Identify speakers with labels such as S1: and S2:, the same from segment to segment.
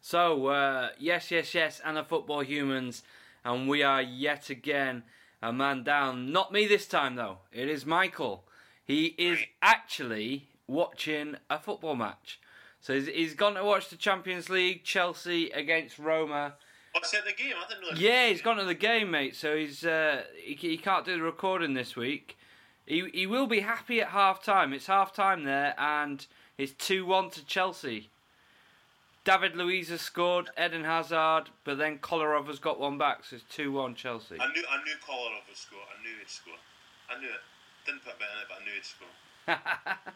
S1: So, uh, yes, yes, yes, and the football humans, and we are yet again a man down. Not me this time, though. It is Michael. He is actually watching a football match. So he's, he's gone to watch the Champions League, Chelsea against Roma.
S2: What's at the game? I didn't know.
S1: Yeah, he's gone to the game, mate. So he's uh, he, he can't do the recording this week. He he will be happy at half time. It's half time there, and it's two one to Chelsea. David Luiz has scored, Eden Hazard, but then Kolarov has got one back, so it's two one Chelsea.
S2: I knew I knew Kolarov would score. I knew he'd score. I knew it. Didn't put a bet in it, but I knew he'd score.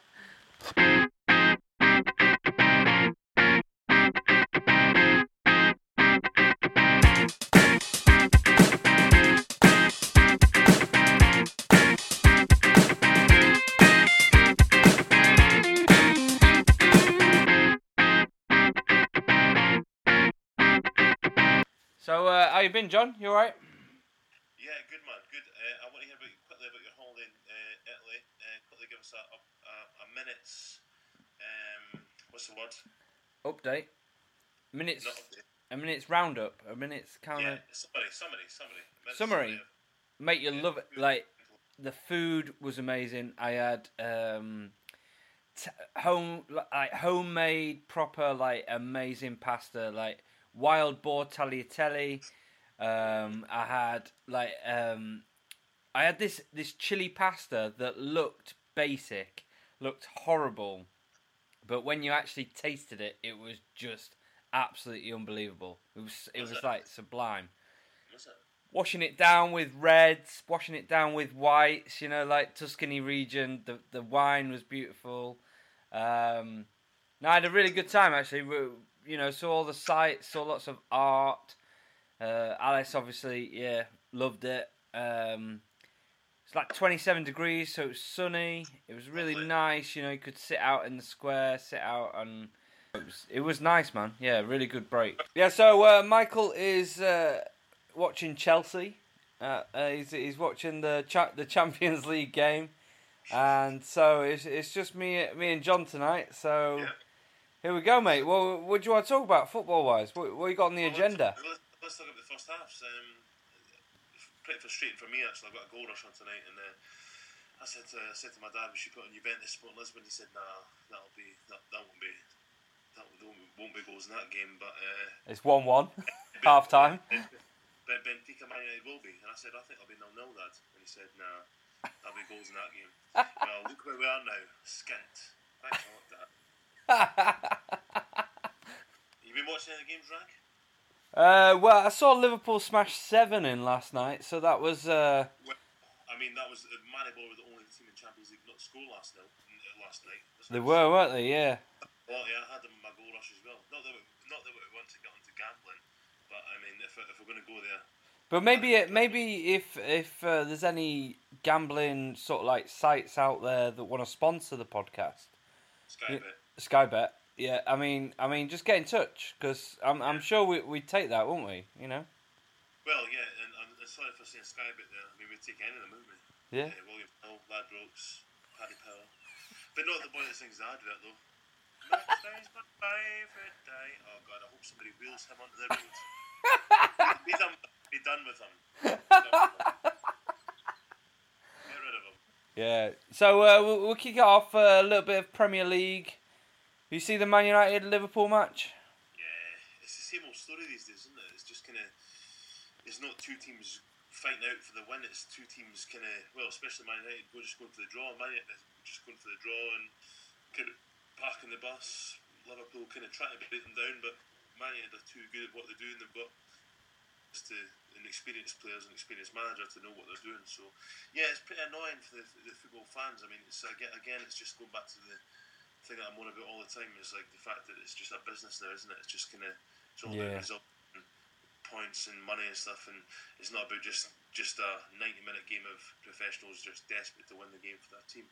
S1: So uh, how you been, John? You all right?
S2: Yeah, good man, good. Uh, I want to hear about quickly about your holiday in uh, Italy. Uh, quickly give us a a, a, a minute's um, what's the word?
S1: Update. Minutes.
S2: Not update.
S1: A minute's roundup. A minute's kind of
S2: Yeah, summary, summary, summary. A minute's
S1: Summary?
S2: of-
S1: make you love it.
S2: food.
S1: Like the food was amazing. I had um, t- home like homemade proper like amazing pasta like wild boar tagliatelle. Um, I had like um, I had this this chili pasta that looked basic, looked horrible, but when you actually tasted it, it was just absolutely unbelievable. It was it was like sublime
S2: What's it?
S1: washing it down with reds, washing it down with whites. You know, like Tuscany region, the the wine was beautiful. Um, no, I had a really good time actually. We, you know, saw all the sights, saw lots of art. Uh, Alice obviously, yeah, loved it. Um, it's like 27 degrees, so it was sunny. It was really
S2: Lovely.
S1: nice. You know, you could sit out in the square, sit out and. It was, it was nice, man. Yeah, really good break. Yeah, so uh, Michael is uh, watching Chelsea. Uh, uh, he's, he's watching the cha- the Champions League game, and so it's, it's just me me and John tonight. So
S2: Yeah.
S1: here we go, mate. Well, what do you want to talk about football wise? What, what you got on the
S2: Well,
S1: agenda?
S2: Let's, let's look at the first halves. Um, it's pretty frustrating for me actually. I got a goal rush on tonight, and uh, I said to, I said to my dad, we should put on Juventus Sport Lisbon. He said, Nah, that'll be that, that won't be that won't, won't be goals in that game. But uh,
S1: It's one one, half time.
S2: Ben- Benfica Man United will be, and I said I think it'll be nil nil, lad. And he said, Nah, that'll be goals in that game. well, look where we are now, skint. Thanks a lot, Dad. You been watching any games, Rag?
S1: Uh, well, I saw Liverpool smash seven in last night, so that was uh,
S2: Well, I mean, that was uh, Maribor were the only team in Champions League not to score last night. uh, Last night,
S1: they were, weren't they? Yeah.
S2: Well, yeah, I had them in my goal rush as well. Not that we, not that we want to get onto gambling, but I mean, if, if we're going to go there,
S1: But maybe it, maybe if if uh, there's any gambling sort of like sites out there that want to sponsor the podcast,
S2: Sky Bet.
S1: Sky Bet. Yeah, I mean, I mean, just get in touch because I'm I'm sure we we'd take that, wouldn't we? You know.
S2: Well, yeah, and, and, and sorry for saying Sky Bet there. I mean, we'd take any of them, wouldn't we?
S1: Yeah.
S2: Uh, William Hill, Lad Brooks, Paddy Power. But not the boy that sings that, that though. Matchday's my favourite day. Oh God, I hope somebody wheels him onto the road. be done. Be done with him. Get rid of him.
S1: Yeah. So uh, we'll, we'll kick it off uh, a little bit of Premier League. You see the Man United Liverpool match?
S2: Yeah, it's the same old story these days, isn't it? It's just kind of, it's not two teams fighting out for the win. It's two teams kind of, well, especially Man United, go just going for the draw. Man United just going for the draw and kind of parking the bus. Liverpool kind of trying to beat them down, but Man United are too good at what they're doing. They've got just to an experienced players and experienced manager to know what they're doing. So, yeah, it's pretty annoying for the, the football fans. I mean, it's aga- again, it's just going back to the thing that I'm on about all the time is like the fact that it's just a business there, isn't it? It's just kind of it's all
S1: Yeah.
S2: about results and points and money and stuff, and it's not about just just a 90 minute game of professionals just desperate to win the game for their team.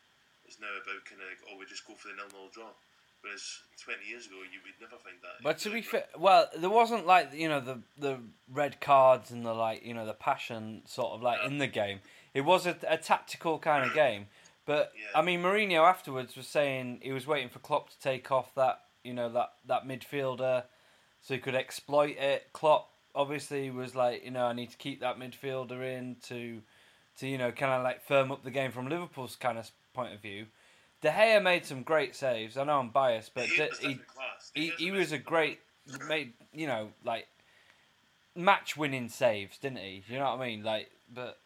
S2: It's now about kind of oh we just go for the nil nil draw. Whereas 20 years ago you would never find that.
S1: But to be fair, well, there wasn't like you know the the red cards and the like you know the passion sort of like in the game. It was a, a tactical kind of game. But
S2: Yeah.
S1: I mean, Mourinho afterwards was saying he was waiting for Klopp to take off that you know that that midfielder so he could exploit it. Klopp obviously was like, you know, I need to keep that midfielder in to, to you know, kind of like firm up the game from Liverpool's kind of point of view. De Gea made some great saves. I know I'm biased, but
S2: He
S1: De-
S2: was
S1: he,
S2: different class.
S1: he,
S2: He's
S1: he
S2: amazing.
S1: was a great made you know like match winning saves, didn't he? You know what I mean? Like, but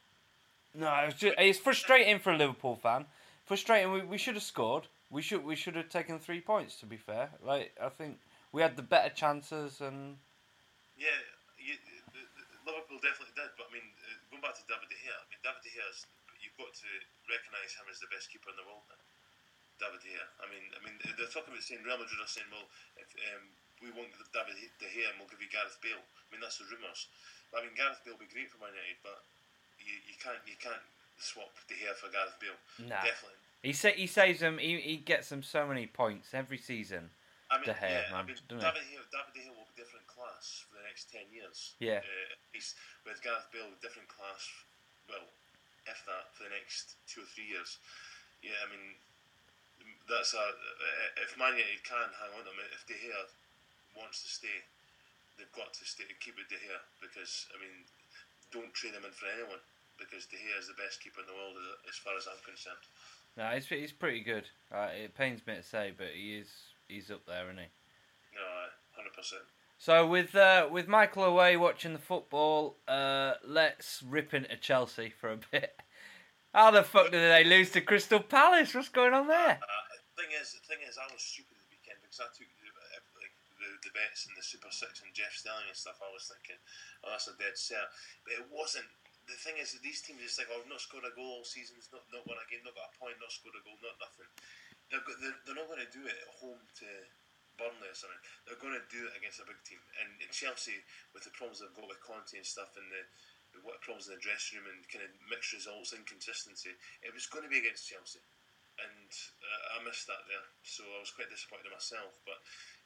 S1: no, it was just, it's frustrating for a Liverpool fan. Frustrating. We, we should have scored. We should we should have taken three points. To be fair, like I think we had the better chances and
S2: Yeah, you, the, the, Liverpool definitely did. But I mean, uh, going back to David De Gea, I mean, David De Gea's you've got to recognise him as the best keeper in the world now. David De Gea. I mean, I mean, they're talking about saying Real Madrid are saying, well, if um, we want David De Gea, and we'll give you Gareth Bale. I mean, that's the rumours. But I mean, Gareth Bale would be great for Man United, but you, you can't you can't swap De Gea for Gareth Bale.
S1: Nah.
S2: Definitely.
S1: he sa- he saves them. He he gets them so many points every season.
S2: I mean,
S1: De Gea,
S2: yeah,
S1: man,
S2: I mean,
S1: don't
S2: David De, Gea, David De Gea will be different class for the next 10 years.
S1: Yeah.
S2: Uh, at least with Gareth Bale, different class, well, if that, for the next two or three years. Yeah, I mean, that's a. uh, If Man United can hang on to him, if De Gea wants to stay, they've got to stay, keep with De Gea because, I mean, don't trade him in for anyone because De Gea is the best keeper in the world as, as far as I'm concerned.
S1: No, he's he's pretty good. Uh, it pains me to say, but he is he's up there, isn't he?
S2: No, I- 100%.
S1: So with uh, with Michael away watching the football, uh, let's rip into Chelsea for a bit. How the fuck did they lose to Crystal Palace? What's going on there?
S2: Uh, thing is, the thing is, I was stupid the weekend because I took the, like the, the bets and the Super Six and Jeff Sterling and stuff. I was thinking, oh, that's a dead set, but it wasn't. The thing is, that these teams just like, oh, I've not scored a goal all season, it's not not won a game, not got a point, not scored a goal, not nothing. They're go- they're, they're not going to do it at home to Burnley or something. They're going to do it against a big team. And, and Chelsea, with the problems they've got with Conte and stuff, and the what problems in the dressing room and kind of mixed results, inconsistency, it was going to be against Chelsea and uh, I missed that there, so I was quite disappointed in myself. But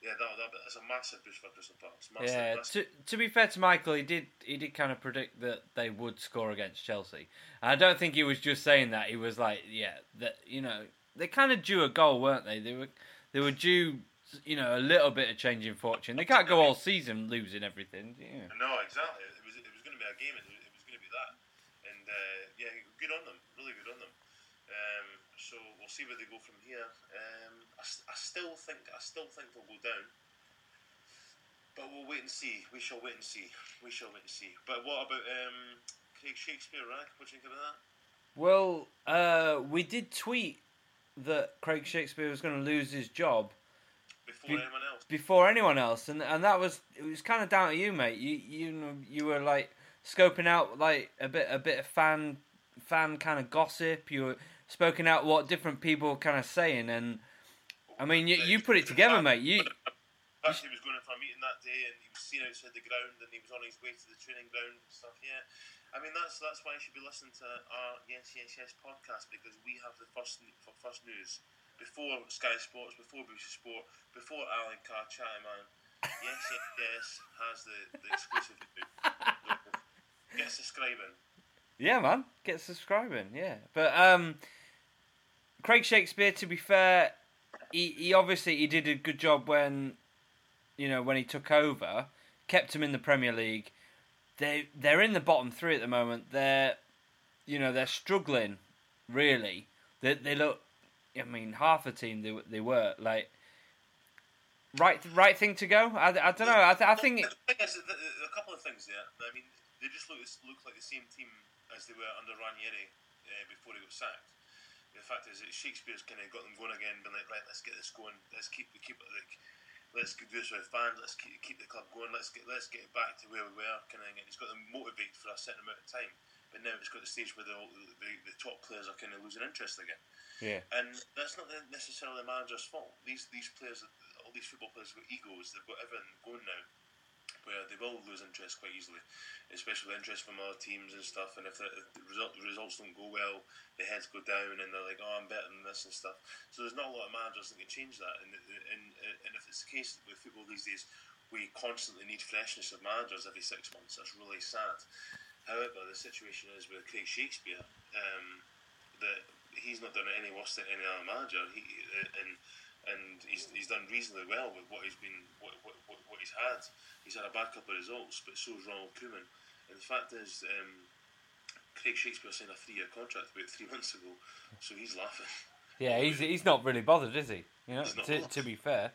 S2: yeah, that that that's a massive boost for Crystal Palace. Massive,
S1: Yeah,
S2: massive.
S1: to to be fair to Michael, he did he did kind of predict that they would score against Chelsea. And I don't think he was just saying that. He was like, yeah, that you know they kind of due a goal, weren't they? They were they were due you know a little bit of change in fortune. They can't go all season losing everything. Yeah.
S2: No, exactly. It was it was going to be a game, and it was going to be that. And uh, yeah, good on them. Really good on them. Um, so we'll see where they go from here. Um, I, s- I still think I still think they'll go down. But we'll wait and see. We shall wait and see. We shall wait and see. But what about um, Craig Shakespeare, right? What do you think about that?
S1: Well, uh, we did tweet that Craig Shakespeare was going to lose his job
S2: Before
S1: Be-
S2: anyone else.
S1: before anyone else, and and that was it was kind of down to you, mate. You you know, you were like scoping out like a bit a bit of fan fan kind of gossip. You were spoken out what different people were kind of saying, and I mean you you put it together, mate. You
S2: Perhaps Uh, he was going in for a meeting that day, and he was seen outside the ground, and he was on his way to the training ground and stuff. Yeah, I mean that's that's why you should be listening to our Yes Yes Yes podcast because we have the first f- first news before Sky Sports, before BBC Sport, before Alan Carr, Chatty Man. Yes Yes Yes has the, the exclusive. news. Get subscribing.
S1: Yeah, man, get subscribing. Yeah, but um, Craig Shakespeare. To be fair, he he obviously he did a good job when, you know, when he took over, kept him in the Premier League. They they're in the bottom three at the moment. They're, you know, they're struggling, really. They they look. I mean, half a team they they were like. Right, right thing to go. I, I don't know. I, th- I think
S2: The thing is, th- th- a couple of things there. I mean, they just look look like the same team as they were under Ranieri uh, before he got sacked. The fact is that Shakespeare's kind of got them going again, been like, right, let's get this going, let's keep keep it like, let's do this with fans, let's keep keep the club going, let's get let's get it back to where we were, kind of thing. And he's got them motivated for a certain amount of time, but now it's got the stage where the the, the top players are kind of losing interest again
S1: yeah,
S2: and that's not necessarily the manager's fault. These these players, all these football players, have got egos. They've got everything going now, where they will lose interest quite easily, especially interest from other teams and stuff. And if the, if the result the results don't go well, the heads go down, and they're like, "Oh, I'm better than this" and stuff. So there's not a lot of managers that can change that. And and and if it's the case with football these days, we constantly need freshness of managers every six months. That's really sad. However, the situation is with Craig Shakespeare. Um, that he's not done it any worse than any other manager. He uh, and and he's, he's done reasonably well with what he's been what, what, what, what he's had. he's had a bad couple of results, but so has Ronald Koeman. And the fact is, um, Craig Shakespeare signed a three-year contract about three months ago, so he's laughing.
S1: Yeah, he's he's not really bothered, is he? You know,
S2: He's not
S1: to,
S2: bothered.
S1: to be fair.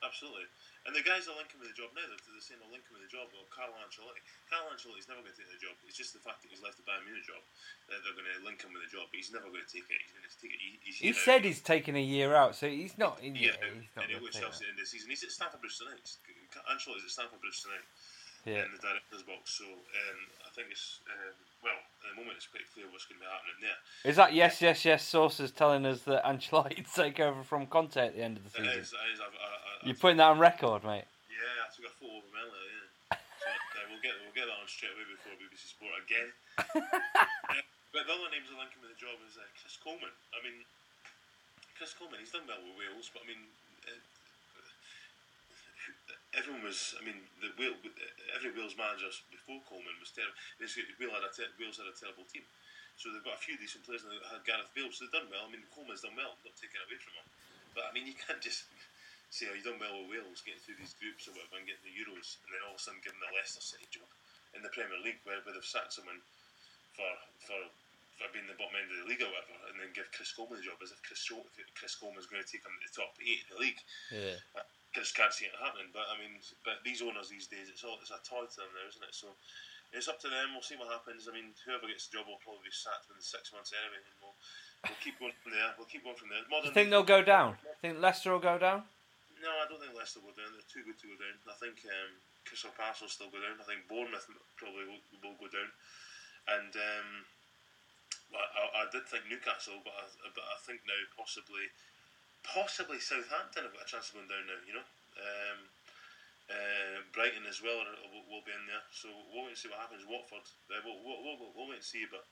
S2: Absolutely. And the guys are linking with the job now. They're, they're saying they'll link him with the job. Well, Carlo Ancelotti. Carlo Ancelotti's never going to take the job. It's just the fact that he's left the Bayern Munich job that they're going to link him with the job. But he's never going to take it. He's going to take it. e-, He, he's
S1: He
S2: year out.
S1: said he's taking a year out, so he's not. he-
S2: Yeah,
S1: he's not
S2: and he'll
S1: gonna take
S2: go to Chelsea in the season. He's at Stamford Bridge tonight. Ancelotti's at Stamford Bridge tonight
S1: that. Yeah.
S2: in the director's box. So um, I think it's um, well at the moment it's pretty clear what's going to be happening there.
S1: Is that yes, yes, yes? Sources telling us that Ancelotti take over from Conte at the end of the
S2: It
S1: season.
S2: is, it is, I've, I, I,
S1: You're
S2: I've-
S1: putting that on record, mate.
S2: Yeah, I took a photo of him earlier. Yeah. So, uh, we'll get we'll get that on straight away before BBC Sport again. Uh, but the other names are linking with the job is uh, Chris Coleman. I mean, Chris Coleman. He's done well with Wales, but I mean, uh, everyone was. I mean, the Wales, every Wales manager before Coleman was terrible. Wales had a ter- Wales had a terrible team. So they've got a few decent players, and they had Gareth Bale, so they've done well. I mean, Coleman's done well, not taking away from him. But I mean, you can't just say, "Oh, you've done well with Wales, getting through these groups or whatever, and getting the Euros," and then all of a sudden give them the Leicester City job in the Premier League, where, where they've sacked someone for for for being the bottom end of the league or whatever, and then give Chris Coleman the job as if Chris Scho- Chris Coleman's going to take him to the top eight of the league.
S1: Yeah.
S2: I just can't see it happening. But I mean, but these owners these days, it's all it's a toy to them now, isn't it? So it's up to them. We'll see what happens. I mean, whoever gets the job will probably be sacked within six months anyway, and we'll we'll keep going from there. We'll keep going from
S1: Do
S2: there. Modern
S1: you think they'll go down? Think Leicester will go down?
S2: No, I don't think Leicester will go down. They're too good to go down. I think um, Crystal Palace will still go down. I think Bournemouth m- probably will, will go down. And um, well, I, I did think Newcastle, but I, but I think now possibly, possibly Southampton have got a chance of going down now. You know, um, uh, Brighton as well are- will, will be in there. So we'll wait and see what happens. Watford, uh, we'll, we'll, we'll, we'll wait and see. But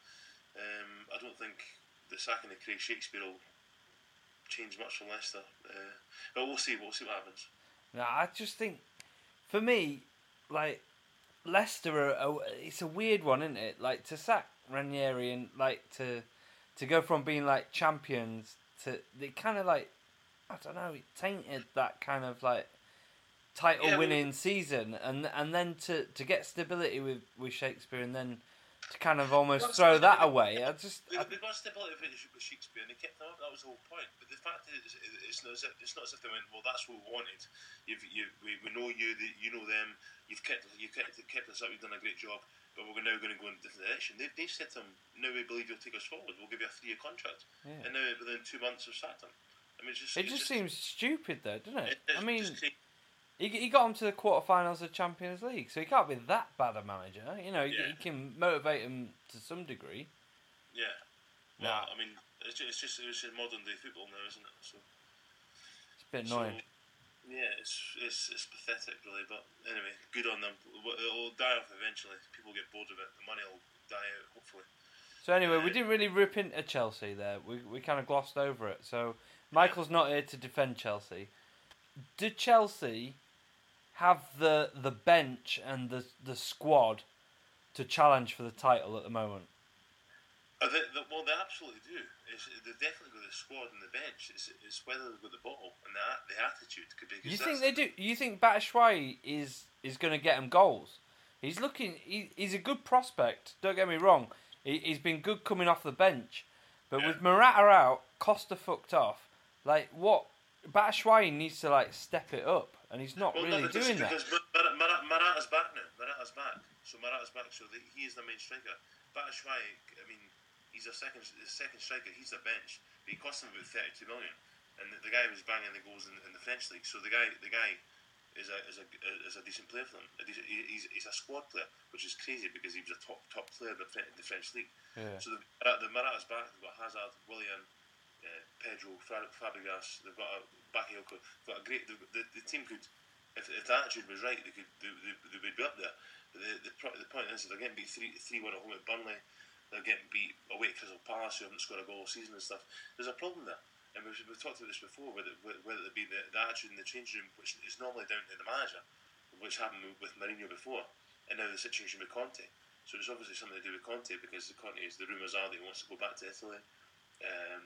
S2: um, I don't think the sacking of Craig Shakespeare will change much for Leicester. Uh, but we'll see. We'll see what happens.
S1: No, I just think, for me, like Leicester, are, are- it's a weird one, isn't it? Like to sack Ranieri and like to to go from being like champions to they kind of like I don't know, it tainted that kind of like title
S2: Yeah, well-
S1: winning season, and and then to to get stability with with Shakespeare, and then to kind of almost
S2: That's-
S1: throw that away. I just
S2: They,
S1: I,
S2: they got stability with with Shakespeare, and they kept them up. That was the whole point. But the fact is, it- it's not as if, it's not as if they went, "Well, that's what we wanted. You've, you, we, we know you, the, you know them. You've kept, you kept, kept us up. You've done a great job. But we're now going to go in a different direction." They, they said to them, "Now we believe you'll take us forward. We'll give you a three-year contract."
S1: Yeah.
S2: And now within two months of Saturn, I mean, it's just
S1: it
S2: it's
S1: just seems stupid though, doesn't it?
S2: it- it's
S1: I mean.
S2: just crazy.
S1: He, he got him to the quarterfinals of Champions League, so he can't be that bad a manager. You know, he,
S2: Yeah.
S1: he can motivate him to some degree.
S2: yeah.
S1: Nah.
S2: Well, I mean, it's just, it's just it's just modern day football now, isn't it? So.
S1: It's a bit annoying.
S2: So, yeah, it's, it's it's pathetic, really. But anyway, good on them. Well, It'll die off eventually. People get bored of it. The money will die out, hopefully.
S1: So anyway, we didn't really rip into Chelsea there. We we kind of glossed over it. So Michael's not here to defend Chelsea. Do Chelsea have the the bench and the the squad to challenge for the title at the moment?
S2: Uh, they, they, well, they absolutely do. It's, they've definitely got the squad and the bench. It's, it's whether they've got the ball and the, a- the attitude. Could be. 'cause
S1: You
S2: that's
S1: think they do? You think Batshuayi is is going to get him goals? He's looking. He, he's a good prospect. Don't get me wrong. He, he's been good coming off the bench, but
S2: Yeah.
S1: with Morata out, Costa fucked off. Like what? Batshuayi needs to like step it up, and he's not
S2: Well,
S1: really
S2: no, because,
S1: doing that.
S2: because Mar- Mar- Mar- Morata's back now. Morata's back. So Morata's back. So the, he is the main striker. Batshuayi, I mean, he's a second the second striker. He's the bench. But he cost him about thirty-two million, and the, the guy was banging the goals in, in the French league. So the guy, the guy, is a is a is a decent player for them. A decent, he- he's, he's a squad player, which is crazy because he was a top top player in the, Fre- the French league.
S1: Yeah.
S2: So the, Mara- the Morata's back. They've got Hazard, Willian, uh, Pedro, Fra- Fabregas. They've got a Bakayoko. They've got a great. The, the, the team could, if, if the attitude was right, they could they, they, they would be up there. But the, the pro- the point is that they're getting beat three three one at home at Burnley. They're getting beat away at Crystal Palace, who haven't scored a goal all season and stuff. There's a problem there. And we've, we've talked about this before, whether, whether it be the, the attitude in the change room, which is normally down to the manager, which happened with, with Mourinho before, and now the situation with Conte. So it's obviously something to do with Conte because the Conte is the rumours are that he wants to go back to Italy. Um,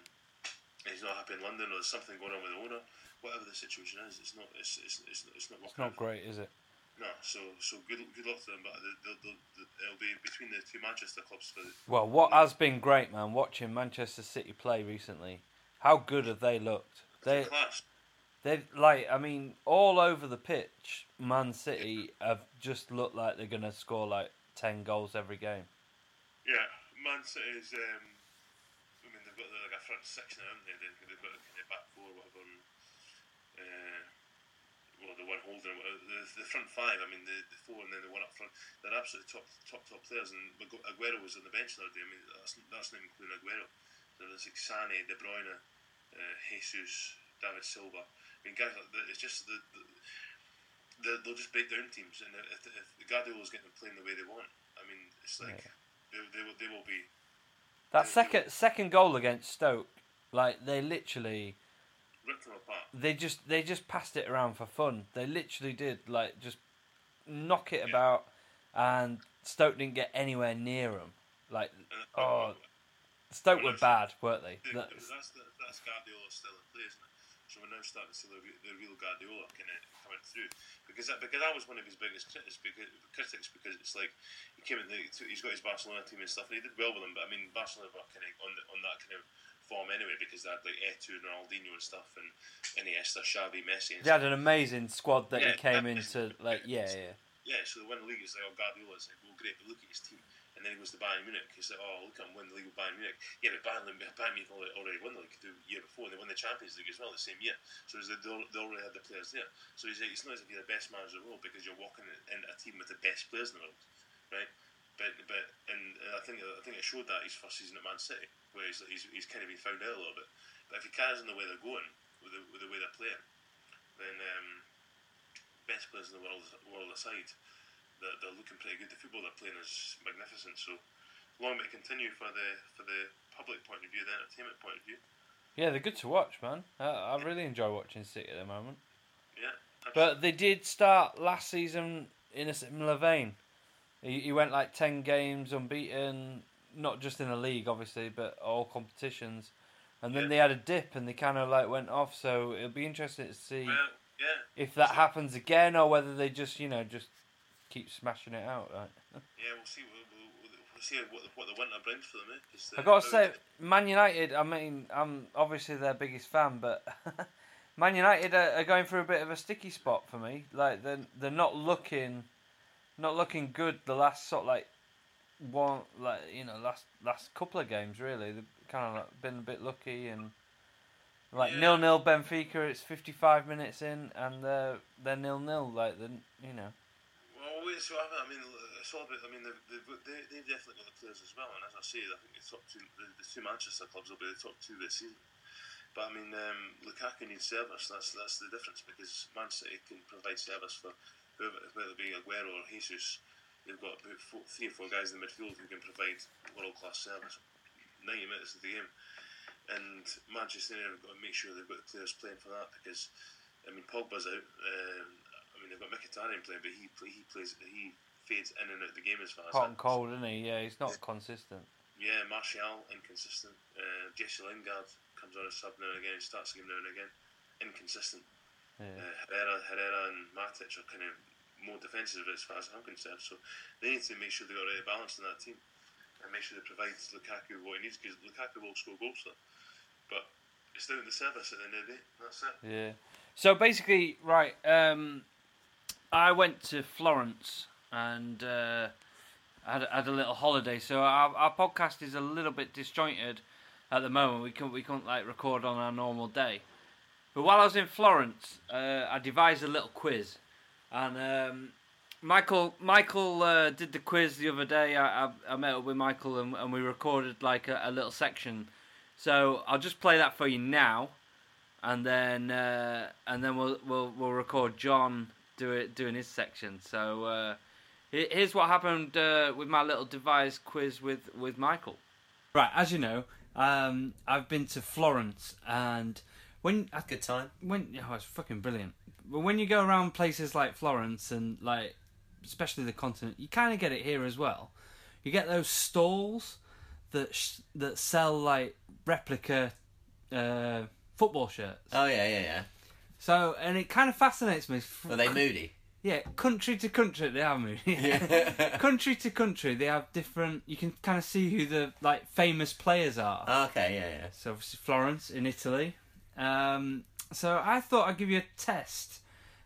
S2: he's not happy in London, or there's something going on with the owner. Whatever the situation is, it's not it's it's, it's, not- it's not
S1: It's
S2: working.
S1: not great, is it?
S2: No, so so good good luck to them, but they'll, they'll, they'll, it'll be between the two Manchester clubs for the,
S1: Well, what has been great, man, watching Manchester City play recently. How good have they looked? They
S2: the clash.
S1: they like I mean, all over the pitch, Man City have just looked like they're gonna score like ten goals every game.
S2: Yeah, Man City's. Um, I mean, they've got the, like a front six now, haven't they? They- They've got a kind of back four, whatever. And, uh, well, the one holding whatever. the, the front five. I mean, the, the four and then the one up front. They're absolutely top top top players. And Magu- Aguero was on the bench the other day. I mean, that's that's not including Aguero. So there's like Sane, De Bruyne, uh, Jesus, David Silva. I mean, guys, like, the- it's just the. the they'll they'll just break down teams, and if, if Guardiola's getting them playing the way they want, I mean, it's like they, they, will, they will be
S1: That second second goal against Stoke, like they literally
S2: ripped them apart.
S1: they just they just passed it around for fun. They literally did like just knock it about, and Stoke didn't get anywhere near them. Like
S2: And that's-
S1: oh, Stoke were bad, weren't they?
S2: the-
S1: That's-
S2: that's the, that's Guardiola still in play, isn't it? So we're now starting to see the, re- the real Guardiola kind of coming through because that because that was one of his biggest critics because, critics because it's like he came in the, he's got his Barcelona team and stuff and he did well with them but I mean Barcelona were kind of on the, on that kind of form anyway because they had like Etu and Ronaldinho and stuff and Iniesta, Xavi, Messi. And
S1: They had an amazing squad that he
S2: Yeah,
S1: came
S2: that-
S1: into. Like yeah, yeah.
S2: yeah, so they win the league. It's like, oh, Guardiola's like, well, great, but look at his team. And then he goes to Bayern Munich. He's like, oh, look at him win the league with Bayern Munich. Yeah, but Bayern, Bayern Munich already, already won the league the year before. and They won the Champions League as well the same year. So it's like they, al- they already had the players there. So he's like, it's not as if you're the best manager in the world because you're walking in a team with the best players in the world, right? But but and uh, I think I think it showed that his first season at Man City, where he's he's, he's kind of been found out a little bit. But if he carries on the way they're going, with the, with the way they're playing, then. Um, best players in the world world aside, they're, they're looking pretty good. The football they're playing is magnificent. So long may it continue for the for the public point of view, the entertainment point of view.
S1: Yeah, they're good to watch, man. I, I really enjoy watching City at the moment.
S2: Yeah,
S1: But they did start last season in a similar vein. He, he went like 10 games unbeaten, not just in the league, obviously, but all competitions. And then
S2: Yeah.
S1: they had a dip and they kind of like went off. So it'll be interesting to see
S2: well, yeah,
S1: if that happens again or whether they just, you know, just keep smashing it out. Like.
S2: yeah. We'll see. We'll, we'll, we'll we'll see what the, what the winter brings for them. Eh? 'Cause, uh,
S1: I gotta say,
S2: very-
S1: Man United. I mean, I'm obviously their biggest fan, but Man United are, are going through a bit of a sticky spot for me. Like they're they're not looking, not looking good. The last sort of like one, like you know, last last couple of games really. They've kind of like been a bit lucky and like
S2: Yeah.
S1: nil nil Benfica. It's 55 minutes in and they're they're nil nil. Like then you know.
S2: Well, wait, so I mean, it's all about. I mean, they've, they've, got- they, they've definitely got the players as well, and as I say, I think the top two, the, the two Manchester clubs will be the top two this season. But I mean, um, Lukaku needs service. That's that's the difference because Man City can provide service for whoever, whether it be Aguero or Jesus. They've got about four, three or four guys in the midfield who can provide world class service. Ninety minutes of the game, and Manchester United have got to make sure they've got the players playing for that because I mean, Pogba's out. Um, I mean, they've got Mkhitaryan playing, but he play, he plays he fades in and out of the game as far as
S1: Hot and
S2: I'm
S1: cold, isn't he? Yeah, he's not consistent.
S2: yeah, Martial inconsistent. Uh, Jesse Lingard comes on a sub now and again, starts the game now and again, inconsistent.
S1: Yeah.
S2: Uh, Herrera, Herrera, and Matic are kind of more defensive as far as I'm concerned. So they need to make sure they got right balance in that team and make sure they provide Lukaku what he needs because Lukaku will score goals. though. But it's down to the service at the end of the day. That's it.
S1: Yeah. So basically, right. Um, I went to Florence and uh, had, had a little holiday. So our, our podcast is a little bit disjointed at the moment. We can we can't like record on our normal day. But while I was in Florence, uh, I devised a little quiz, and um, Michael Michael uh, did the quiz the other day. I, I, I met up with Michael and, and we recorded like a, a little section. So I'll just play that for you now and then uh, and then we'll we'll we'll record John do it doing his section. So uh, he- here's what happened uh, with my little devised quiz with with Michael. Right, as you know, um, I've been to Florence, and when I
S3: Good time.
S1: when oh, it's fucking brilliant. But when you go around places like Florence and like especially the continent, you kind of get it here as well. You get those stalls that sh- that sell like replica uh, football shirts.
S3: Oh yeah, yeah, yeah.
S1: So, and it kind of fascinates me.
S3: Were they moody?
S1: Yeah, country to country they are movies.
S3: Yeah.
S1: country to country they have different. You can kind of see who the like famous players are.
S3: Oh, okay, yeah, yeah.
S1: So obviously Florence in Italy. Um, so I thought I'd give you a test.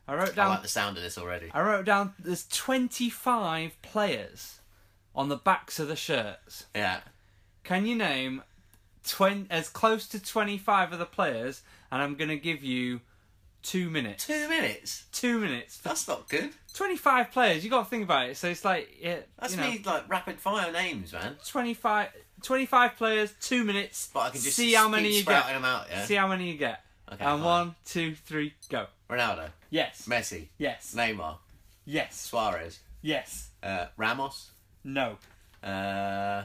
S1: I wrote
S3: I
S1: down.
S3: like the sound of this already.
S1: I wrote down. There's 25 players on the backs of the shirts.
S3: Yeah.
S1: Can you name twen- as close to 25 of the players? And I'm gonna give you two minutes.
S3: Two minutes.
S1: Two minutes for
S3: That's not good.
S1: 25 players. You got to think about it. So it's like yeah,
S3: That's
S1: you know,
S3: me like rapid fire names, man.
S1: 25, 25 players, two minutes.
S3: But I can just
S1: see how
S3: keep
S1: many you
S3: sprouting
S1: get.
S3: them out. Yeah.
S1: See how many you get.
S3: Okay,
S1: and
S3: fine.
S1: one, two, three, go.
S3: Ronaldo,
S1: Yes.
S3: Messi,
S1: Yes.
S3: Neymar,
S1: Yes.
S3: Suarez,
S1: Yes.
S3: uh, Ramos,
S1: No.
S3: uh, uh,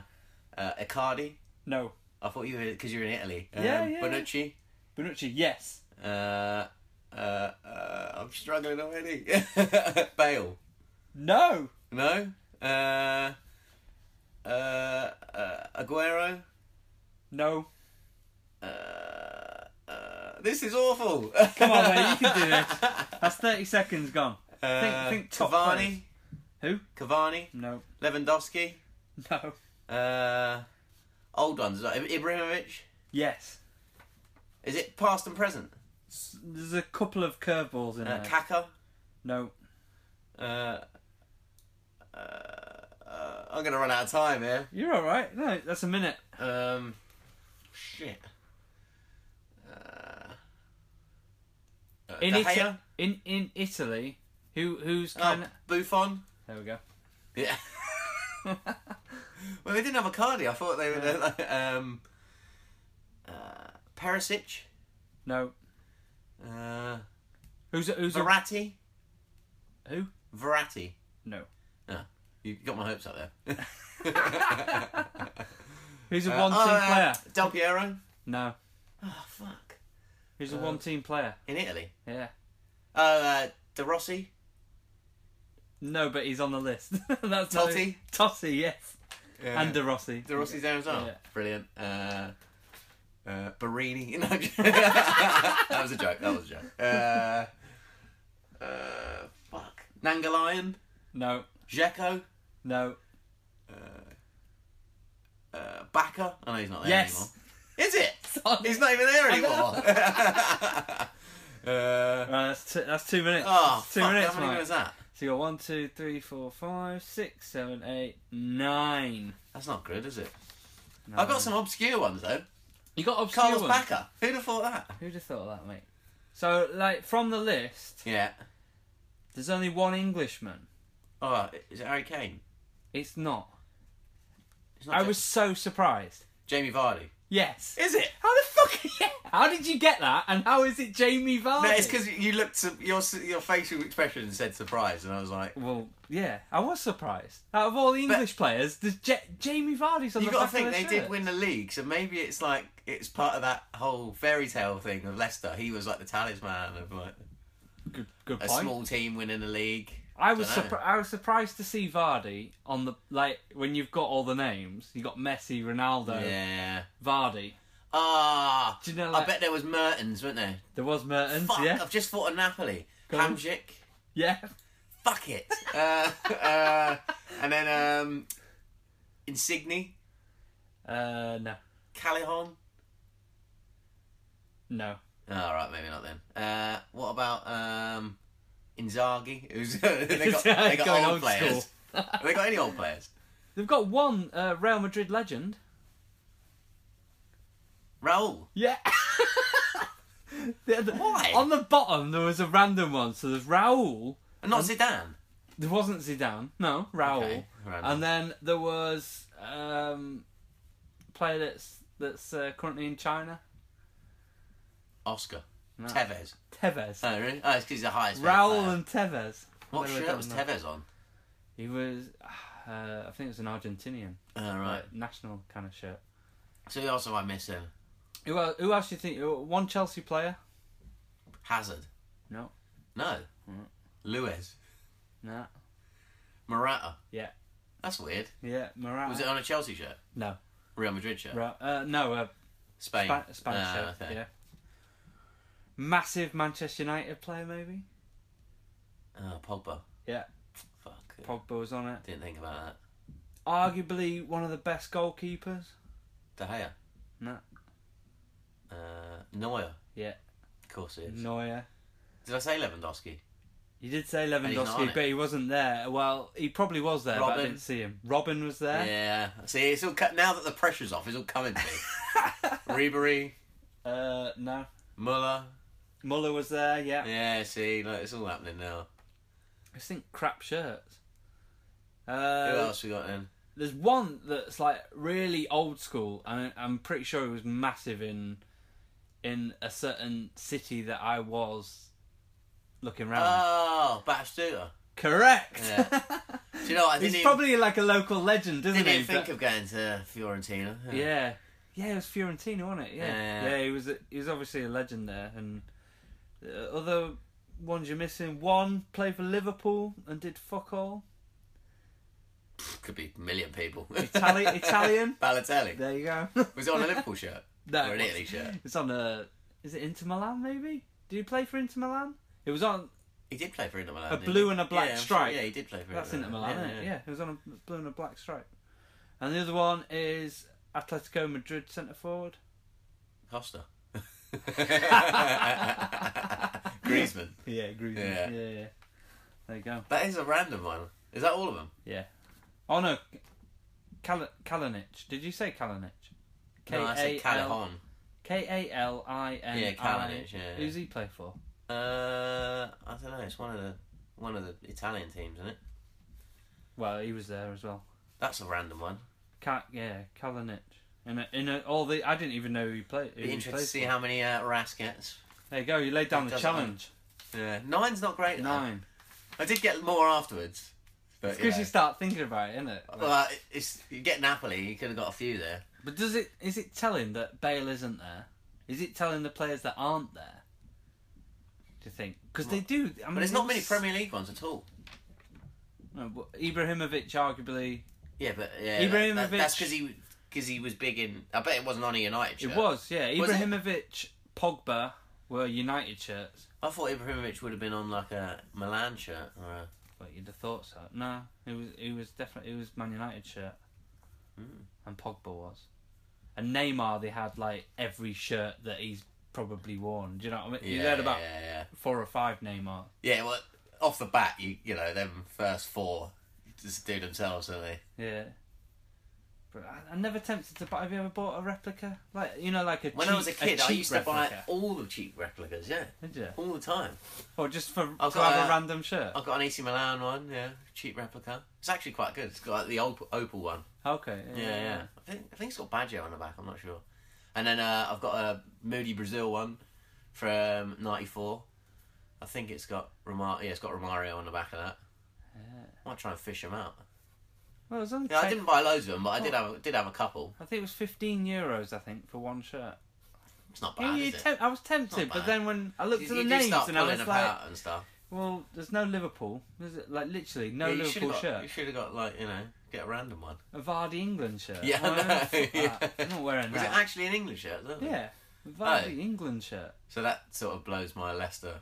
S3: Icardi.
S1: No.
S3: I thought you were because you were in Italy. Um,
S1: Yeah, yeah,
S3: Bonucci.
S1: Bonucci. Yes.
S3: Uh, uh, uh, I'm struggling already. Bale.
S1: No.
S3: No. Uh, uh, uh, Aguero.
S1: No.
S3: Uh, uh, this is awful.
S1: Come on, mate. You can do this. That's thirty seconds gone.
S3: Uh,
S1: think top
S3: Cavani.
S1: Who?
S3: Cavani.
S1: No.
S3: Lewandowski.
S1: No.
S3: Uh, old ones. like Ibrahimovic.
S1: Yes.
S3: Is it past and present?
S1: S- There's a couple of curveballs in
S3: Uh,
S1: there.
S3: Kaka.
S1: no.
S3: Uh, uh, uh, I'm gonna run out of time here.
S1: You're all right. No, that's a minute.
S3: Um, shit. Uh, uh,
S1: In
S3: De
S1: Ita-
S3: Gea?
S1: in in Italy, who who's kind
S3: Oh,
S1: of
S3: Buffon.
S1: there we go.
S3: Yeah. well, they didn't have a Cardi. I thought they were. Like, um, uh, Perisic.
S1: No.
S3: Uh,
S1: Who's a, who's a,
S3: Verratti.
S1: who?
S3: Verratti.
S1: No.
S3: You got my hopes up there.
S1: Who's a
S3: Uh,
S1: one team
S3: oh, uh,
S1: player?
S3: Del Piero.
S1: No.
S3: Oh fuck!
S1: Who's a
S3: uh,
S1: one team player?
S3: In Italy.
S1: Yeah.
S3: Oh, uh, De Rossi.
S1: No, but he's on the list. that's not who-
S3: Totti.
S1: Totti, yes. And De Rossi.
S3: De Rossi's there as well.
S1: Yeah.
S3: Brilliant. Uh, uh, Barini. No, I'm joking. that was a joke. That was a joke. Uh, uh, fuck. Nangalayan.
S1: No.
S3: Jeko.
S1: No.
S3: Uh, Backer. I know he's not there
S1: Yes.
S3: anymore. Is it?
S1: Sorry.
S3: He's not even there anymore. uh,
S1: Right, that's two, that's two minutes.
S3: oh,
S1: That's two
S3: fuck,
S1: minutes,
S3: how many
S1: mate.
S3: was that?
S1: So you got one, two, three, four, five, six, seven, eight, nine.
S3: That's not good, is it?
S1: No.
S3: I've got some obscure ones, though.
S1: You got Um, obscure
S3: Carlos
S1: ones.
S3: Backer. Who'd have thought that?
S1: Who'd have thought of that, mate? So, like, from the list,
S3: Yeah.
S1: there's only one Englishman.
S3: Oh, is it Harry Kane?
S1: It's not.
S3: It's not
S1: I
S3: Ja-
S1: was so surprised.
S3: Jamie Vardy.
S1: Yes.
S3: Is it?
S1: How the fuck? How did you get that? And how is it Jamie Vardy?
S3: No, it's because you looked su- your su- your facial expression said surprise, and I was like,
S1: Well, yeah, I was surprised. Out of all the English players, there's ja Jamie Vardy's on
S3: you
S1: the
S3: got
S1: back
S3: to think
S1: of
S3: they
S1: their
S3: did
S1: shirt.
S3: win the league, so maybe it's like it's part of that whole fairy tale thing of Leicester. He was like the talisman of like
S1: Good, good
S3: a
S1: point.
S3: small team winning the league.
S1: I was
S3: Dunno.
S1: surpri- I was surprised to see Vardy on the like when you've got all the names. You got Messi, Ronaldo,
S3: Yeah.
S1: Vardy.
S3: Ah,
S1: Do you know,
S3: I
S1: like-
S3: bet there was Mertens, weren't there?
S1: There was Mertens.
S3: Fuck!
S1: yeah,
S3: I've just thought of Napoli.
S1: Go on.
S3: Hamzik.
S1: yeah.
S3: Fuck it. uh, uh, and then um, Insigne,
S1: Uh, no,
S3: Calihon.
S1: no.
S3: All Ah, right, maybe not then. Uh, what about um, Inzaghi? Who's they got? They got
S1: Going
S3: old,
S1: old
S3: players.
S1: school.
S3: Have they got any old players?
S1: They've got one uh, Real Madrid legend.
S3: Raul.
S1: Yeah. The- the-
S3: Why?
S1: On the bottom there was a random one. So there's Raul.
S3: And not Zidane.
S1: There wasn't Zidane. No, Raul.
S3: Okay, random.
S1: And then there was um, player that's that's uh, currently in China.
S3: Oscar.
S1: No.
S3: Tevez.
S1: Tevez.
S3: Oh really? Oh, it's because he's the highest. paid
S1: Raul
S3: player.
S1: and Tevez.
S3: What
S1: They were
S3: shirt
S1: down
S3: was
S1: there.
S3: Tevez on?
S1: He was, uh, I think it was an Argentinian,
S3: Oh, right.
S1: like, national kind of shirt.
S3: So who else am I missing?
S1: Who else, who else do you think? uh, One Chelsea player?
S3: Hazard.
S1: No.
S3: No. Luez.
S1: Nah.
S3: Morata.
S1: Yeah. Uh,
S3: That's weird.
S1: Yeah, Morata.
S3: Was it on a Chelsea shirt?
S1: No.
S3: Real Madrid shirt.
S1: Ra- uh, no, uh,
S3: Spain.
S1: Spa- Spanish
S3: Ah,
S1: shirt.
S3: okay.
S1: Yeah. Massive Manchester United player, maybe?
S3: Oh, Pogba.
S1: Yeah.
S3: Fuck.
S1: Pogba was on it.
S3: Didn't think about
S1: Arguably one of the best goalkeepers.
S3: that. De Gea.
S1: No.
S3: Uh, Neuer.
S1: Yeah.
S3: Of course he is.
S1: Neuer.
S3: Did I say Lewandowski?
S1: You did say
S3: he's not on
S1: Lewandowski,
S3: it.
S1: but he wasn't there. Well, he probably was there, but I
S3: Robin.
S1: didn't see him. Robin was there.
S3: Yeah. See, it's all co- now that the pressure's off, it's all coming to me. Ribery,
S1: Uh, no.
S3: Muller.
S1: Muller was there. Yeah.
S3: Yeah. See, look, it's all happening now.
S1: I just think crap shirts.
S3: Who
S1: Uh,
S3: else we got then?
S1: there's one that's like really old school, and I'm pretty sure it was massive in in a certain city that I was looking around.
S3: Oh, Batistuta.
S1: Correct.
S3: Yeah. Do you know what? I
S1: He's
S3: didn't, even,
S1: probably like a local legend, isn't
S3: didn't
S1: he?
S3: even think
S1: But-
S3: of going to Fiorentina.
S1: yeah. Yeah, it was Fiorentina, wasn't it? Yeah.
S3: Yeah.
S1: Yeah, he was he was obviously a legend there and the other ones you're missing, one played for Liverpool and did fuck all.
S3: Could be a million people.
S1: Itali- Italian?
S3: Balotelli.
S1: There you go.
S3: Was it on a Liverpool shirt?
S1: No,
S3: Or an
S1: it
S3: Italy shirt?
S1: It's on a is it Inter Milan maybe? Did he play for Inter Milan? It was on
S3: He did play for Inter Milan.
S1: A
S3: didn't
S1: blue
S3: he?
S1: and a black
S3: yeah, I'm sure-
S1: stripe.
S3: yeah, he did play for
S1: that's Inter Milan,
S3: Yeah,
S1: isn't it? Yeah. it was on a blue and a black stripe. And the other one is Atletico Madrid centre forward.
S3: Costa. Griezmann.
S1: Yeah, Griezmann. Yeah.
S3: Yeah.
S1: yeah, yeah. There you go.
S3: That is a random one. Is that all of them?
S1: Yeah. Oh no, Kal- Kalinic. Did you say Kalinic? K
S3: no, I said
S1: A L
S3: Callahan.
S1: K A L I N.
S3: Yeah, Kalinic, yeah, yeah.
S1: Who's he play for?
S3: Uh, I don't know. It's one of the one of the Italian teams, isn't it?
S1: Well, he was there as well.
S3: That's a random one.
S1: Ka- yeah, Kalinic. In a, in a, all the I didn't even know who he played. Who
S3: Be
S1: he
S3: interested to
S1: played
S3: see
S1: for.
S3: how many uh, Rask gets.
S1: There you go. You laid down the
S3: Doesn't
S1: challenge.
S3: Yeah, nine's not great. though.
S1: Nine.
S3: I did get more afterwards. But
S1: It's because
S3: yeah.
S1: you start thinking about it, isn't it?
S3: Well, it's you get Napoli. You could have got a few there.
S1: but does it? Is it telling that Bale isn't there? Is it telling the players that aren't there? Do you think? Because they do. I mean,
S3: But there's not
S1: they
S3: many
S1: s-
S3: Premier League ones at all.
S1: No, but Ibrahimovic arguably
S3: Yeah, but yeah,
S1: Ibrahimovic-
S3: that- that's because he because he was big in. I bet it wasn't on a United shirt.
S1: It was, yeah.
S3: Was it?
S1: Ibrahimovic, Pogba were United shirts.
S3: I thought Ibrahimovic would have been on like a Milan shirt or a.
S1: But you'd have thought so. No, it was it was definitely it was Man United shirt.
S3: Hmm.
S1: And Pogba was. And Neymar they had like every shirt that he's probably worn. Do you know what I mean? you heard about
S3: yeah, yeah.
S1: four or five Neymar.
S3: Yeah, well, off the bat, you you know them first four just do themselves, don't they?
S1: Yeah. But I, I'm never tempted to buy have you ever bought a replica? Like you know, like a
S3: When
S1: cheap,
S3: I was a kid, I
S1: cheap
S3: used to buy
S1: replica.
S3: all the cheap replicas. Yeah,
S1: Did you?
S3: all the time.
S1: Or just for
S3: I've
S1: to
S3: got
S1: have
S3: a-
S1: a random shirt.
S3: I've got an AC Milan one. Yeah, cheap replica. It's actually quite good. It's got like, the Opal, Opal one.
S1: Okay.
S3: Yeah, yeah. I think I think it's got Baggio on the back. I'm not sure. And then uh, I've got a Moody Brazil one from '94. I think it's got Romario. Yeah, it's got Romario on the back of that. Might try and fish them out.
S1: Well, it was on
S3: Yeah, I
S1: tape.
S3: didn't buy loads of them, but
S1: Oh.
S3: I did have did have a couple.
S1: I think it was 15 euros, I think, for one shirt.
S3: It's not
S1: Yeah,
S3: bad.
S1: you
S3: is it?
S1: temp- I was tempted,
S3: Not
S1: but
S3: bad.
S1: then when I looked
S3: You-
S1: at the
S3: you do
S1: names
S3: start
S1: and I
S3: pulling
S1: was like,
S3: them out and stuff.
S1: well, there's no Liverpool. There's like literally no
S3: Yeah, you should
S1: Liverpool
S3: have got,
S1: shirt.
S3: You should have got like you know get a random one.
S1: A Vardy England shirt.
S3: Yeah, I
S1: Well,
S3: know,
S1: fuck that.
S3: yeah.
S1: I'm not wearing
S3: Was it Oh.
S1: that.
S3: actually an English shirt? Though?
S1: Yeah, a Vardy England shirt.
S3: So that sort of blows my Leicester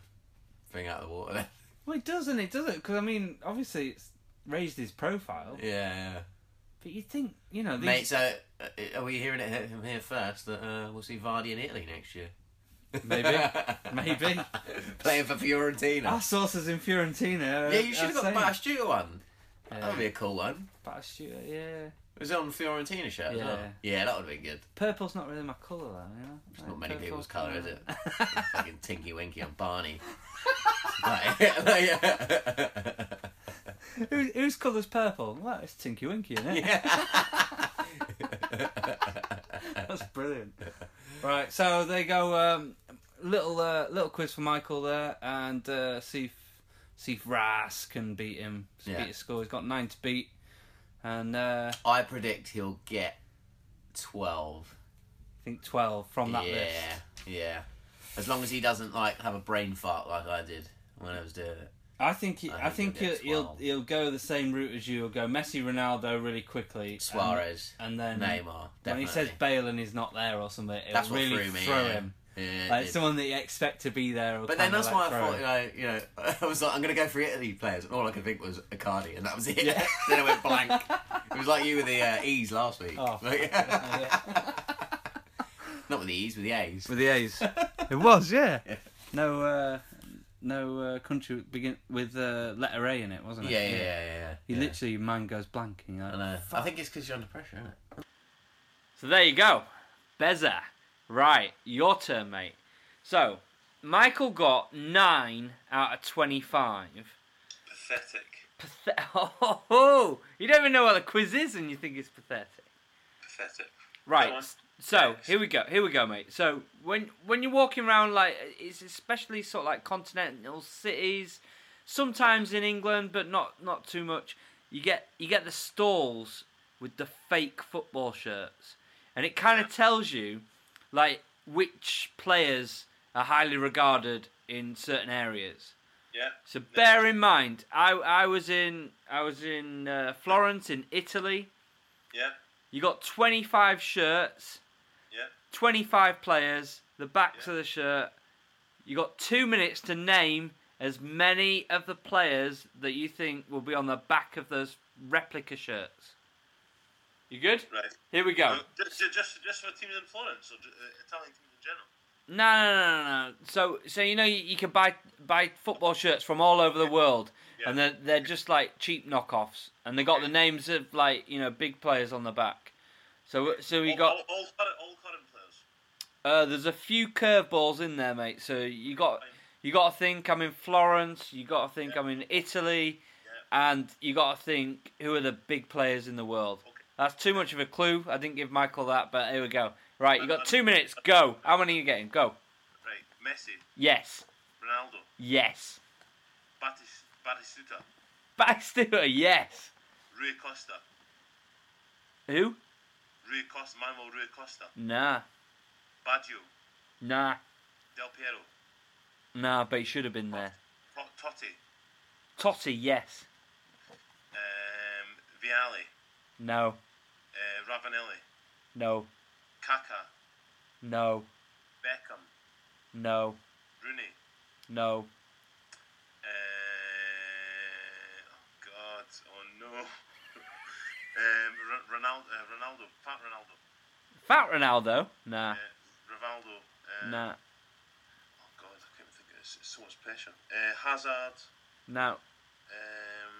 S3: thing out of the water. Then.
S1: Well, it doesn't. It doesn't because I mean, obviously, it's raised his profile.
S3: yeah. yeah.
S1: But you think, you know, these,
S3: Mate, so uh, are we hearing it from here first that uh, we'll see Vardy in Italy next year?
S1: Maybe. Maybe.
S3: Playing for Fiorentina.
S1: our sources in Fiorentina.
S3: yeah, you should have got the
S1: bash.
S3: Batistuta one. That would be
S1: uh, Yeah,
S3: a cool one.
S1: Batistuta, yeah.
S3: It was on Fiorentina shirt as well.
S1: Yeah.
S3: Yeah, that would have been good.
S1: Purple's not really my colour, though. You know?
S3: It's not many
S1: purple-
S3: people's colour, is it? Fucking Tinky Winky and Barney. Like, yeah.
S1: Who, whose colour's purple? Well, it's Tinky Winky, isn't it? That's brilliant. Right, so they go. Um, little uh, little quiz for Michael there, and uh, see if see if Ras can beat him.
S3: Yeah.
S1: Beat his score. He's got nine to beat, and uh, I
S3: I predict he'll get twelve.
S1: think twelve from that
S3: yeah,
S1: list.
S3: yeah. As long as he doesn't like have a brain fart like I did when I was doing it.
S1: I think he,
S3: I
S1: I
S3: think
S1: think he'll,
S3: he'll get
S1: he'll
S3: 12.
S1: he'll go the same route as you. He'll go Messi, Ronaldo really quickly. and-
S3: Suarez,
S1: and, then
S3: Neymar. Definitely.
S1: when he says Bale and he's not there or something, it'll
S3: That's what
S1: really
S3: threw me,
S1: throw
S3: yeah.
S1: him.
S3: Yeah,
S1: Like
S3: it-
S1: someone that you expect to be there. Or
S3: but then
S1: kinda,
S3: that's
S1: like,
S3: why I
S1: throw
S3: thought,
S1: it.
S3: you know, you know, I was like, I'm going to go for Italy players, and all I could think was Icardi, and that was it.
S1: Yeah.
S3: then I went blank. It was like you with the uh, E's last week.
S1: Oh,
S3: Like-
S1: yeah.
S3: Not with the E's, with the A's.
S1: with the A's. it was, yeah.
S3: Yeah.
S1: No, uh, no uh, country begin with uh, letter A in it, wasn't
S3: Yeah,
S1: it?
S3: yeah, yeah, yeah.
S1: He
S3: yeah.
S1: literally mind goes blank. And you're
S3: I
S1: like,
S3: know. I think it's because you're under pressure, isn't it?
S4: So there you go. Beza. Right, your turn, mate. So, Michael got 9 out of 25.
S2: Pathetic.
S4: Pathet- oh, you don't even know what the quiz is and you think it's pathetic.
S2: Pathetic.
S4: Right.
S2: Go on.
S4: So here we go. Here we go, mate. So when when you're walking around, like it's especially sort of like continental cities, sometimes in England, but not not too much. You get you get the stalls with the fake football shirts, and it kind of tells you, like which players are highly regarded in certain areas.
S2: Yeah.
S4: So bear in mind, I I was in I was in uh, Florence in Italy.
S2: Yeah.
S4: You got 25 shirts,
S2: Yeah.
S4: 25 players, the backs
S2: Yeah.
S4: of the shirt. You got two minutes to name as many of the players that you think will be on the back of those replica shirts. You good?
S2: Right.
S4: Here we go.
S2: Uh, ju- ju- just, just for teams in Florence or ju- uh, Italian teams in general.
S4: No, no, no, no, no. So, so you know, you, you can buy buy football shirts from all over the world,
S2: Yeah.
S4: and they're they're just like cheap knockoffs, and they got the names of like you know big players on the back. So, so we
S2: all,
S4: got
S2: all, all, current, all current players. oh.
S4: Uh, there's a few curveballs in there, mate. So you got you got to think I'm in Florence. You got to think I'm in Italy, and you got to think who are the big players in the world. That's too much of a clue. I didn't give Michael that, but here we go. Right, you got two minutes. Go. How many are you getting? Go.
S2: Right. Messi,
S4: Yes.
S2: Ronaldo,
S4: Yes.
S2: Batis, Batistuta,
S4: Back Stewart. Yes.
S2: Rui Costa,
S4: Who?
S2: Rui Costa, Manuel Rui Costa,
S4: Nah.
S2: Baggio,
S4: Nah.
S2: Del Piero,
S4: Nah. But he should have been there.
S2: Tot- Totti,
S4: Totti. Yes.
S2: um, Vialli,
S4: No.
S2: uh, Ravanelli,
S4: No.
S2: Kaká,
S4: No.
S2: Beckham,
S4: No.
S2: Rooney,
S4: No.
S2: uh, oh God, oh no, um, R- Ronaldo, uh, Ronaldo, Fat Ronaldo,
S4: Fat Ronaldo. Nah.
S2: uh, Rivaldo, uh,
S4: Ah. Nah.
S2: oh God, I can't think of this, it's so much pressure, uh, Hazard,
S4: No.
S2: um,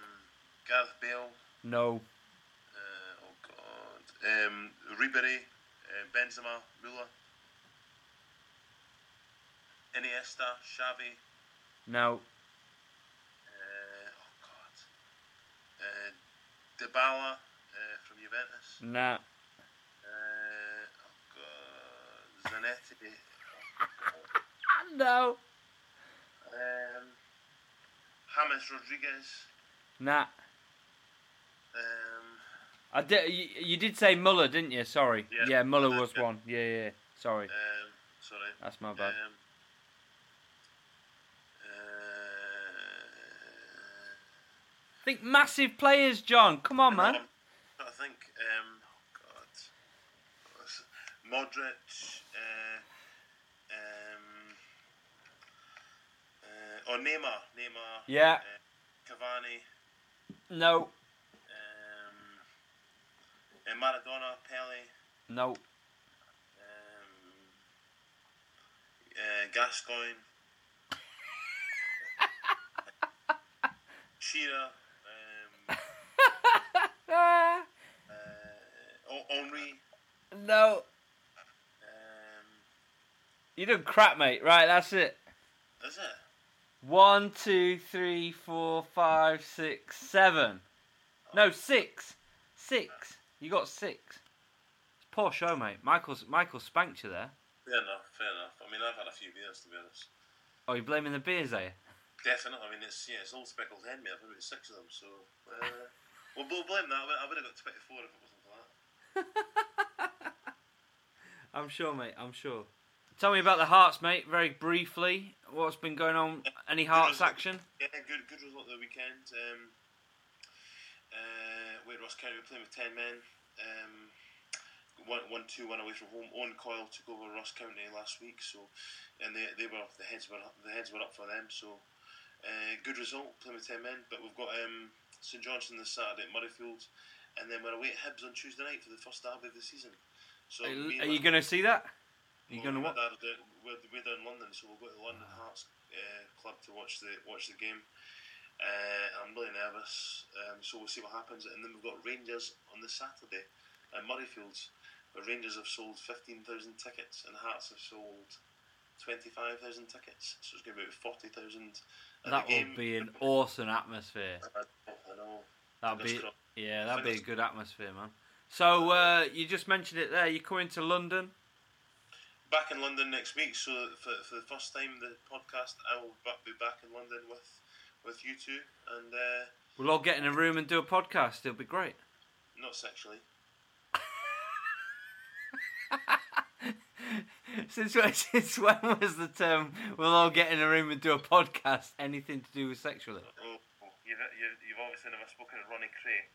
S2: Gareth Bale,
S4: No.
S2: Uh, oh God. Um, Ribery, uh, Benzema, Müller, Iniesta, Xavi.
S4: No.
S2: Uh, oh God. Uh, Dybala uh, from Juventus.
S4: Nah.
S2: Uh, oh God. Zanetti.
S4: No.
S2: Um, James Rodriguez.
S4: Nah.
S2: Um,
S4: I did, you, you did say Muller, didn't you? Sorry.
S2: Yeah.
S4: Yeah, Muller was
S2: Yeah.
S4: one. Yeah, yeah. yeah. Sorry.
S2: um, sorry.
S4: That's my bad.
S2: Um, uh,
S4: Think massive players, John. Come on, man.
S2: I think, um, oh God, What's- Modric, uh, um, uh, or Neymar, Neymar,
S4: Yeah.
S2: Cavani,
S4: No.
S2: um, uh, Maradona, Pele,
S4: No.
S2: um, uh, Gascoigne, Shearer, um,
S4: Ah,
S2: uh, O- Henri,
S4: no.
S2: um,
S4: You done crap, mate. Right, that's it.
S2: is it?
S4: One, two, three, four, five, six, seven. No, six. Six. You got six. It's poor show, mate. Michael's Michael spanked you there.
S2: Fair enough, fair enough. I mean, I've had a few beers to be honest.
S4: Oh, you're blaming the beers, are you?
S2: Definitely. I mean, it's yeah, it's all speckled hen, mate. I've had about six of them, so uh, well, we'll blame that. I would- I would have got twenty four if it wasn't for that.
S4: I'm sure, mate. I'm sure. Tell me about the Hearts, mate. Very briefly, what's been going on? Any Hearts action?
S2: Yeah, good, good result the weekend. Um, uh, where Ross County were playing with ten men. Um, one, one, two, one away from home. Owen Coyle took over Ross County last week, so and they, they were the heads were up, the heads were up for them. So uh, good result, playing with ten men. But we've got um, St Johnson this Saturday at Murrayfield, and then we're away at Hibs on Tuesday night for the first derby of the season. So
S4: Are
S2: me
S4: you,
S2: and
S4: going to see that? Are you
S2: well,
S4: going to
S2: we're
S4: watch?
S2: down there- We're, we're down in London, so we'll go to the London Hearts uh, Club to watch the watch the game. Uh, I'm really nervous, um, so we'll see what happens. And then we've got Rangers on the Saturday at Murrayfields. The Rangers have sold fifteen thousand tickets, and Hearts have sold twenty five thousand tickets. So it's going to be about forty thousand. the
S4: That
S2: game.
S4: would be an awesome atmosphere.
S2: I know.
S4: That'd be
S2: Fingers crossed.
S4: yeah, that'd be a
S2: Fingers-
S4: good atmosphere, man. So uh, you just mentioned it there. You're coming to London.
S2: back in London next week. So for, for the first time, the podcast I will ba- be back in London with with you two, and uh,
S4: We'll all get in a room and do a podcast. It'll be great.
S2: not sexually.
S4: since when, since when was the term we'll all get in a room and do a podcast anything to do with sexually?
S2: Oh, you've, you've you've obviously never spoken to Ronnie Cray.